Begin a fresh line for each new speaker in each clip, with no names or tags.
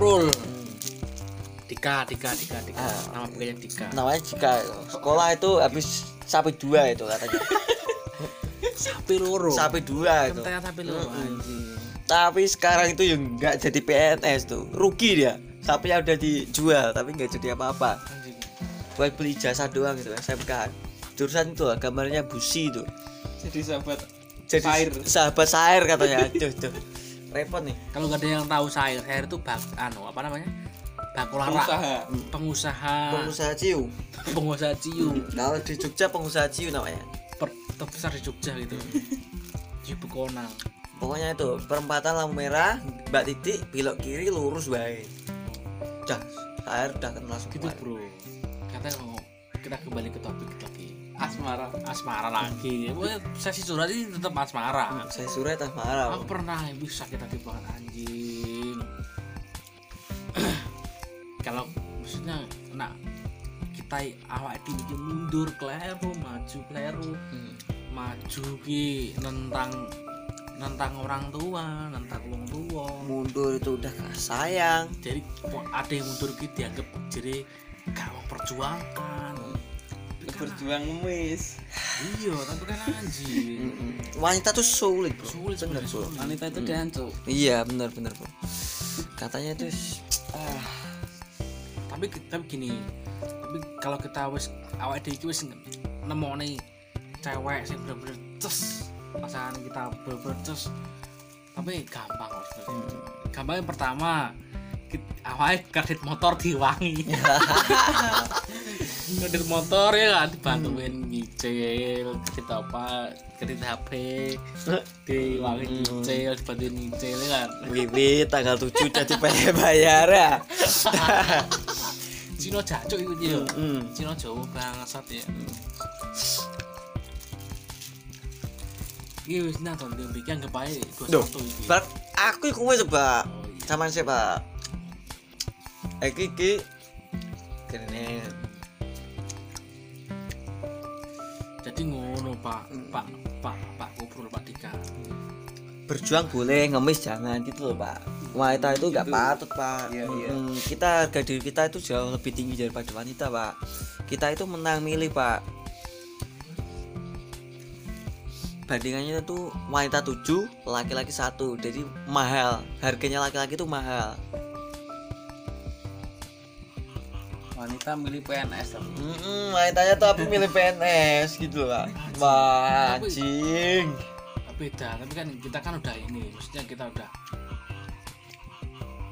Hmm. Dika, Dika, Dika, Dika.
Ah.
Nama bukannya Dika.
namanya jika sekolah itu habis sapi dua itu katanya
Sapi loro.
sapi dua itu
Ternyata sapi loro. anjing.
tapi sekarang itu yang nggak jadi PNS tuh rugi dia sapinya udah dijual tapi nggak jadi apa-apa
Anjing.
buat beli jasa doang gitu SMK jurusan itu lah, gambarnya busi itu
Jadi sahabat
jadi
Sair.
sahabat sair katanya aduh tuh repot nih
kalau nggak ada yang tahu sayur, sayur itu bak anu apa namanya? Bakulara.
Pengusaha.
Pengusaha.
pengusaha ciu
Pengusaha ciu.
kalau di Jogja pengusaha ciu namanya
Per- terbesar di Jogja gitu. Di ibu kona.
pokoknya itu perempatan lampu merah mbak titik belok kiri lurus baik dah sair udah kenal semua
Gitu bro. Kata mau kita kembali ke topik lagi.
asmara
Asmara lagi. Gue sesi curhat ini tetap asmara.
saya surat ah marah
Aku pernah lebih sakit hati banget anjing. Kalau maksudnya nah kita awak itu bikin mundur keliru, maju keliru,
Hmm.
maju ki nentang nentang orang tua, nentang wong tua.
mundur itu udah gak sayang
Jadi kok ada yang mundur ki dianggap jadi gak mau perjuangkan.
berjuang ngemis
Iya, tapi kan anjing.
wanita tuh sulit bro
Sulit sebenarnya, Hmm.
bener bro
sulit.
Hmm. wanita itu dihancur
iya bener bener bro katanya itu ah,
tapi tapi gini tapi kalau kita wis awak dhewe iki wis nemoni cewek sing bener-bener ces pasangan kita bener-bener ces tapi gampang loh sebenarnya. gampang yang pertama kit- awalnya kredit motor diwangi kredit motor ya kan dibantuin nyicil kredit apa kredit HP diwangi nyicil dibantuin nyicil ya kan
Wiwi tanggal 7 jadi pengen bayar ya
Cino jancuk itu ya
Mm.
Cino Jawa bangsat ya Iya wis nang ton dembe iki anggap ae
Duh,
21 iki.
bar aku iku wis coba
Oh, iya.
sama siapa Eki iki kene
Jadi ngono Pak, Pak, Pak, Pak Kubrul Pak Dika.
berjuang boleh ngemis jangan gitu loh pak wanita itu nggak patut pak
Iya, iya.
Mm, kita harga diri kita itu jauh lebih tinggi daripada wanita pak kita itu menang milih pak bandingannya itu wanita 7 laki-laki satu jadi mahal harganya laki-laki itu mahal
wanita milih PNS tapi
Mm-mm, wanitanya tuh aku milih PNS gitu lah. Wah, anjing.
Beda, tapi kan kita kan udah ini, maksudnya kita udah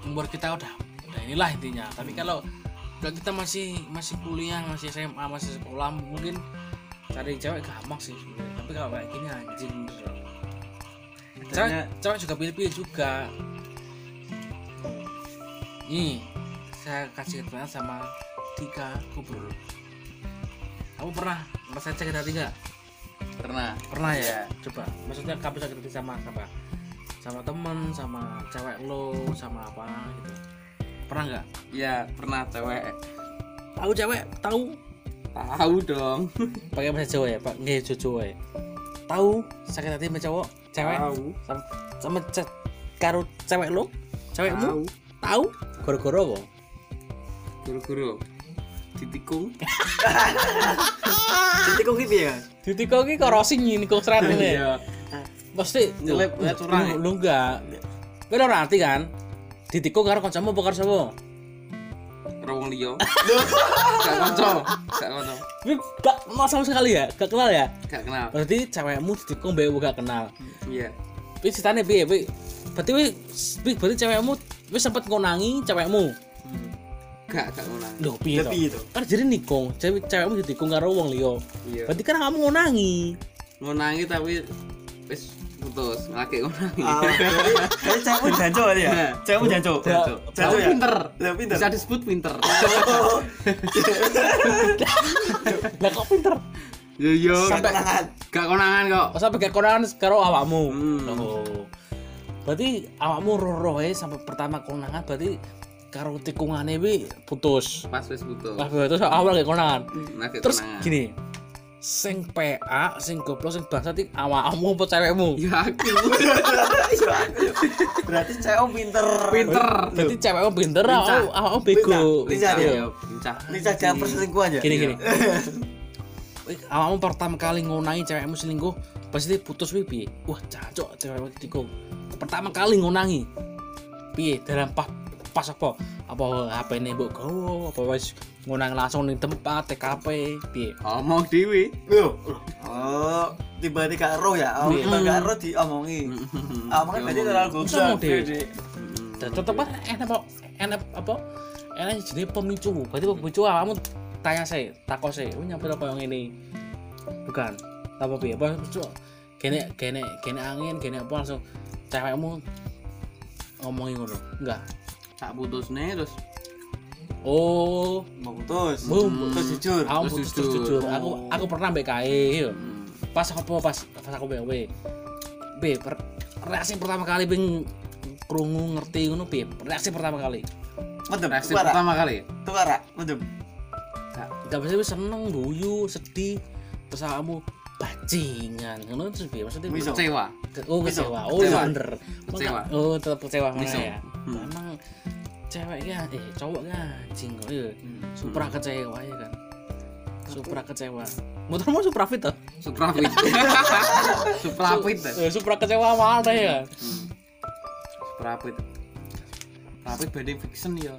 umur kita udah udah inilah intinya. Tapi kalau kalau kita masih masih kuliah, masih SMA, masih sekolah, mungkin cari cewek gampang sih sebenarnya. Tapi kalau kayak gini anjing bener. cewek,
Bedanya-
cewek juga pilih-pilih juga nih saya kasih keterangan sama Tika Kubrul kamu pernah merasakan sakit hati nggak
pernah
pernah
Iya.
ya coba maksudnya kamu sakit hati sama apa sama temen sama cewek lo sama apa gitu pernah nggak
ya pernah cewek
tahu cewek tahu
tahu dong
pakai bahasa Jawa ya pak nggak Jawa Jawa ya tahu sakit hati sama cowok cewek
tahu
sama, sama ce- karo cewek lo
tahu
cewekmu tahu gara-gara apa
guru-guru ditikung
Jadi kok gitu ya?
Ditiko iki karo sing nyiniko serat ini. Pasti
Nyelip, ya, Iya. curang, ya.
Lu- Lu enggak. Kowe ora ngerti kan? Ditiko karo kancamu apa karo sapa?
rawong liyo gak konco gak konco
Kuwi gak kenal sama sekali ya, gak kenal ya.
gak kenal
Berarti cewekmu ditiko mbek wong gak kenal.
iya
Kuwi ceritane piye, kuwi? Berarti kuwi kuwi berarti cewekmu wis sempet ngonangi cewekmu.
gak gak kenal
Lho, piye
Lah, piye
to?
to?
Kan jadi nikung, cewek cewekmu ditikung karo wong liya.
Iya.
Berarti kan kamu ngonangi.
mau nangis tapi wis putus malah kayak
Ah,
nangis
jadi jadi cewek pun janjo kali ya?
Iya.
Cewek pun janjo.
Janjo.
Janjo
Tapi
ya?
pinter.
Lah, pinter.
Bisa disebut pinter.
Lah kok pinter?
Yo yo.
Sampai-
gak konangan kok.
Masa pakai konangan karo awakmu.
Hmm.
Loh. Berarti awakmu roh sampai pertama konangan berarti karo tikungane wi putus.
Pas wis putus.
Lah itu awal gak konangan.
Nah, kayak
Terus
konangan.
gini. sing PA, sing goblok, sing bangsat iki awakmu apa cewekmu?
ya aku
Iya, aku ya. berarti cewek pinter
pinter
Jadi cewekmu pinter,
Lincah.
awakmu awakmu bego.
Lincah.
Iya.
ya pincah
ini saja perselingkuhan ya
Gini gini. Wih, Awakmu pertama kali ngonangi cewekmu selingkuh, pasti putus wih piye? Wah, cacok cewekmu digo. Pertama kali ngonangi. Piye dalam pas pas apa? Apa HP ini mbok gowo, apa wis ngonang langsung ning tempat TKP, piye?
ngomong dewi
Loh, loh. oh tiba-tiba gak roh ya oh, tiba gak roh diomongi omongnya berarti terlalu
Ngomong
goblok
deh. Dan tetep kan enak kok enak apa enak jadi pemicu berarti pemicu kamu tanya saya takut saya ini nyampe apa yang ini bukan apa piye apa pemicu kene kene kene angin kene apa langsung cewekmu ngomongin ngono enggak
tak putus nih terus
oh
mau putus
Mau
putus jujur
aku
Terus
putus terus
jujur.
jujur aku aku pernah BKE yo
Hmm.
pas aku pas pas aku BKE B per, reaksi pertama kali bing kerungu ngerti ngono piye reaksi pertama kali
mendem
reaksi
tukar
pertama kali
tukar Ra. mendem
gak bisa wis seneng guyu sedih terus kamu bajingan ngono terus piye maksudnya
Bisa.
kecewa
oh
Bisa.
kecewa oh iya
Kecewa.
bener Emang
Kecewa.
gak- oh tetap kecewa mana
Bisa.
ya
Hmm.
emang cewek ya eh cowok ya jinggo ya supra kecewa ya kan supra kecewa motormu supra fit toh
suprafit suprafit
Su- eh, supra kecewa mana ya
suprafit suprafit banding fiction ya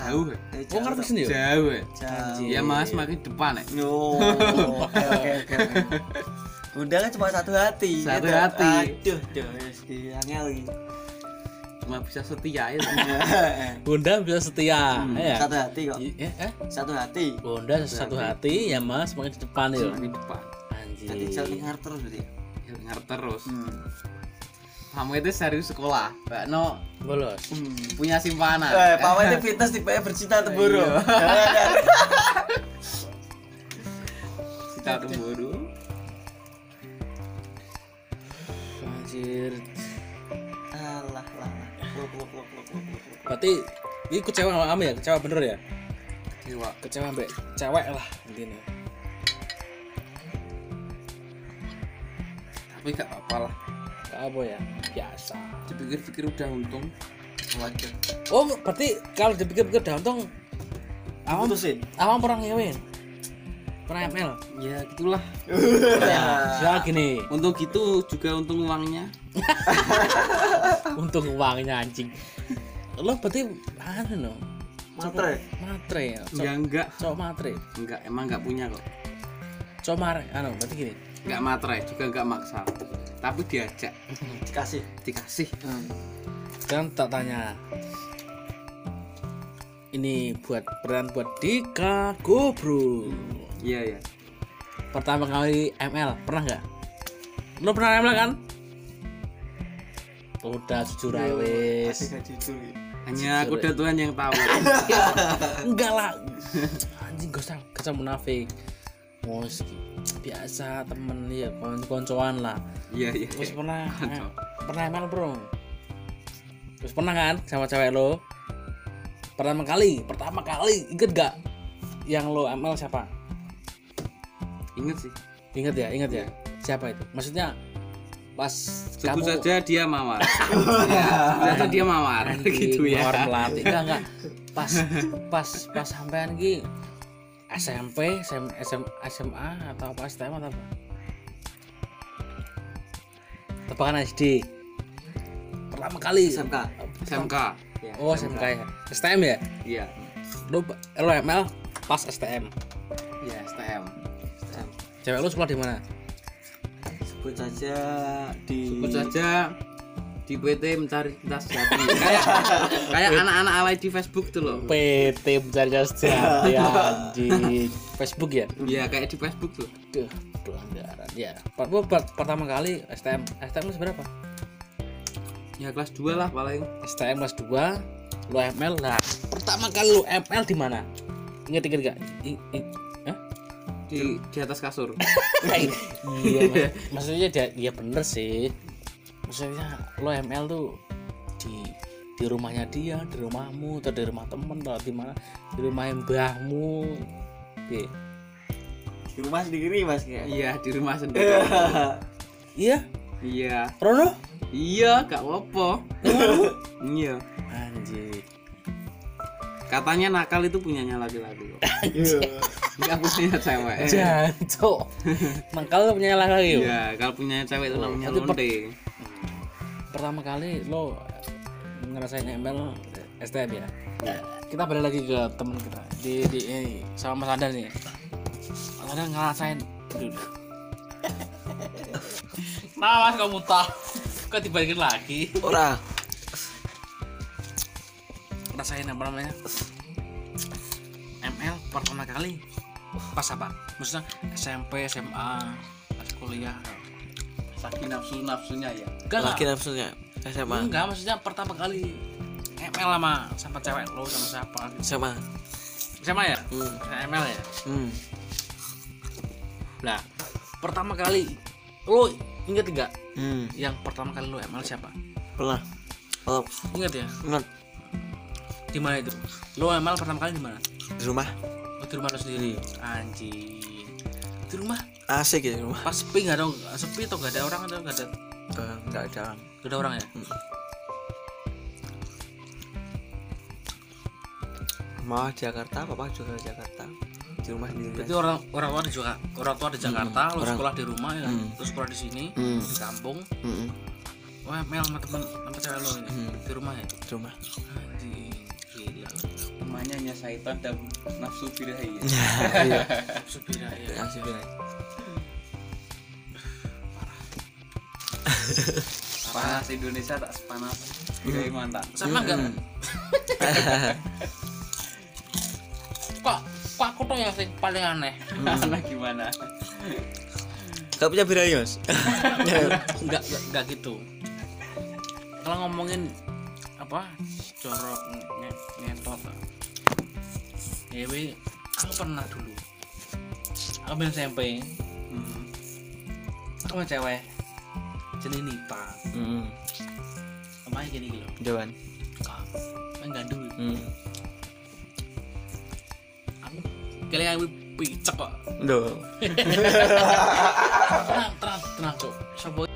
jauh ya.
Eh,
oh ngerti sendiri ya?
jauh ya.
jauh.
ya mas makin depan ya
Yo, oke oke oke. Undangan cuma satu hati.
Satu
Aduh,
hati.
Aduh, aduh, ya, yes, diangel lagi.
cuma bisa setia ya
Bunda bisa setia ya
Satu hati kok.
I- eh, eh?
Satu hati.
Bunda satu hati ya mas makin di depan ya
makin depan
Jadi
anjir
jalan ngar terus berarti.
Ya, ngerti terus
Iya. Hmm.
kamu itu serius sekolah mbak no
bolos
Hmm.
punya simpanan Kan?
Eh, Papa itu fitness tipe bercinta temburu. Jangan, jangan.
kita temburu
anjir
Alah, lah. Luk, luk, luk, luk, luk, luk, luk.
berarti ini kecewa sama kamu ya kecewa bener ya
kecewa
kecewa mbak cewek lah intinya
tapi gak apa-apa lah
Gak apa ya biasa
dipikir-pikir udah untung
Waduh.
oh berarti kalau dipikir-pikir dantong awam
Putusin.
awam pernah ngewin pernah ML
ya gitulah
Iya.
ya gini
untuk itu juga untung uangnya
untung uangnya anjing lo berarti anu no
Matre.
matre ya
ya
cowok
enggak
cowok matre
enggak emang enggak punya kok
cowok mare anu berarti gini
enggak materai juga enggak maksa tapi diajak
Dikasih.
dikasih
Hmm.
Dan tak tanya Ini buat peran buat Dika Gobro
iya ya
Pertama kali ML, pernah nggak? Lo pernah ML kan? Udah jujur aja
Kasih
wis
gak jujur. ya.
hanya kuda Tuhan yang tahu
Enggak lah Anjing gak usah, gak usah munafik Mos, biasa temen ya, koncoan lah
iya iya
Terus pernah eh, pernah ML bro Terus pernah kan sama cewek lo Pertama kali, pertama kali, inget gak? Yang lo ML siapa?
inget sih
Ingat ya, ingat ya Siapa itu? Maksudnya pas
Iya. sebut
kamu
saja dia mawar ya, sebut saja dia mawar
anjing,
gitu ya
mawar melati Enggak, enggak Pas, pas, pas sampean ki SMP, SM, SM, SMA, atau apa, STM atau apa? Tebakan SD Pertama kali
SMK.
SMK Ya,
Oh, SMK ya. STM ya?
iya
Lu lu ML pas STM.
iya STM
Cewek lu sekolah di mana?
Sebut saja di
sebut saja di PT mencari tas jati kayak kayak anak-anak alay di Facebook tuh loh
PT Pencari Sejati anjing. Facebook ya?
Iya kayak di Facebook tuh
Duh, duh anggaran. Ya, per- gua per- pertama kali STM. STM lu berapa?
ya kelas 2 lah paling
STM kelas 2 lu ML lah. Pertama kali lu ML di mana? Ingat ingat gak? I- eh? i- Hah?
di, di atas kasur
iya, mak- maksudnya dia, dia bener sih. Maksudnya lo ML tuh di di rumahnya dia, di rumahmu, atau di rumah temen, atau di mana, di rumah mbahmu. Iya.
di di rumah sendiri mas kayak
iya di rumah sendiri
iya
iya
Rono
iya gak apa iya
anjir
katanya nakal itu punyanya laki-laki kok
Iya.
nggak punya cewek
jancok mangkal punya lagi yuk.
Eh. iya kalau punya cewek itu namanya
Nanti per-
lonte
pertama kali lo ngerasain ML STM ya kita balik lagi ke temen kita di, di ini, sama Mas Andan nih Mas Andan ngerasain Aduh. nah mas kamu muntah kok dibalikin lagi
ora
ngerasain apa namanya ML pertama kali pas apa maksudnya SMP SMA pas kuliah
saking nafsu nafsunya ya
enggak Hmm. lah.
lagi nafsunya SMA
enggak maksudnya pertama kali ML sama sama cewek lo sama siapa gitu.
SMA
SMA ya
hmm.
ML ya
hmm.
nah pertama kali lo inget nggak
hmm.
yang pertama kali lo ML siapa
pernah kalau
inget ya
ingat
di mana itu lo ML pertama kali di mana
di rumah
Oh, di rumah lo sendiri anjing di rumah
asik ya di rumah
pas sepi nggak ada sepi atau nggak ada orang atau nggak ada
Eh, nggak ada
nggak ada orang ya
mama Jakarta papa juga di Jakarta di rumah sendiri kan?
berarti orang orang tua di juga orang tua di Jakarta lo
Hmm, orang-
sekolah di rumah ya kan?
Hmm.
lo sekolah di sini
Hmm.
di kampung
Mm-mm,
wah mel sama temen sama cewek lo ini
Hmm.
di rumah ya
di rumah
anjing gila
namanya hanya syaitan dan nafsu birahi
iya
supir ya
asik ya.
panas Indonesia tak sepanas birahi mantap
sama nggak kok kok aku tuh yang sing paling aneh
anak gimana
Gak punya birahi mas
nggak nggak- nggak gitu kalau ngomongin apa jorok nge- ngetot ya we, aku pernah dulu aku main SMP Mm-hmm.
Hmm.
aku main cewek jenis nita
Mm-mm,
kemarin gini gitu
jawaban
main gandul
Mm.
aku kalian aku picek kok
Duh.
tenang tenang tenang cok sobo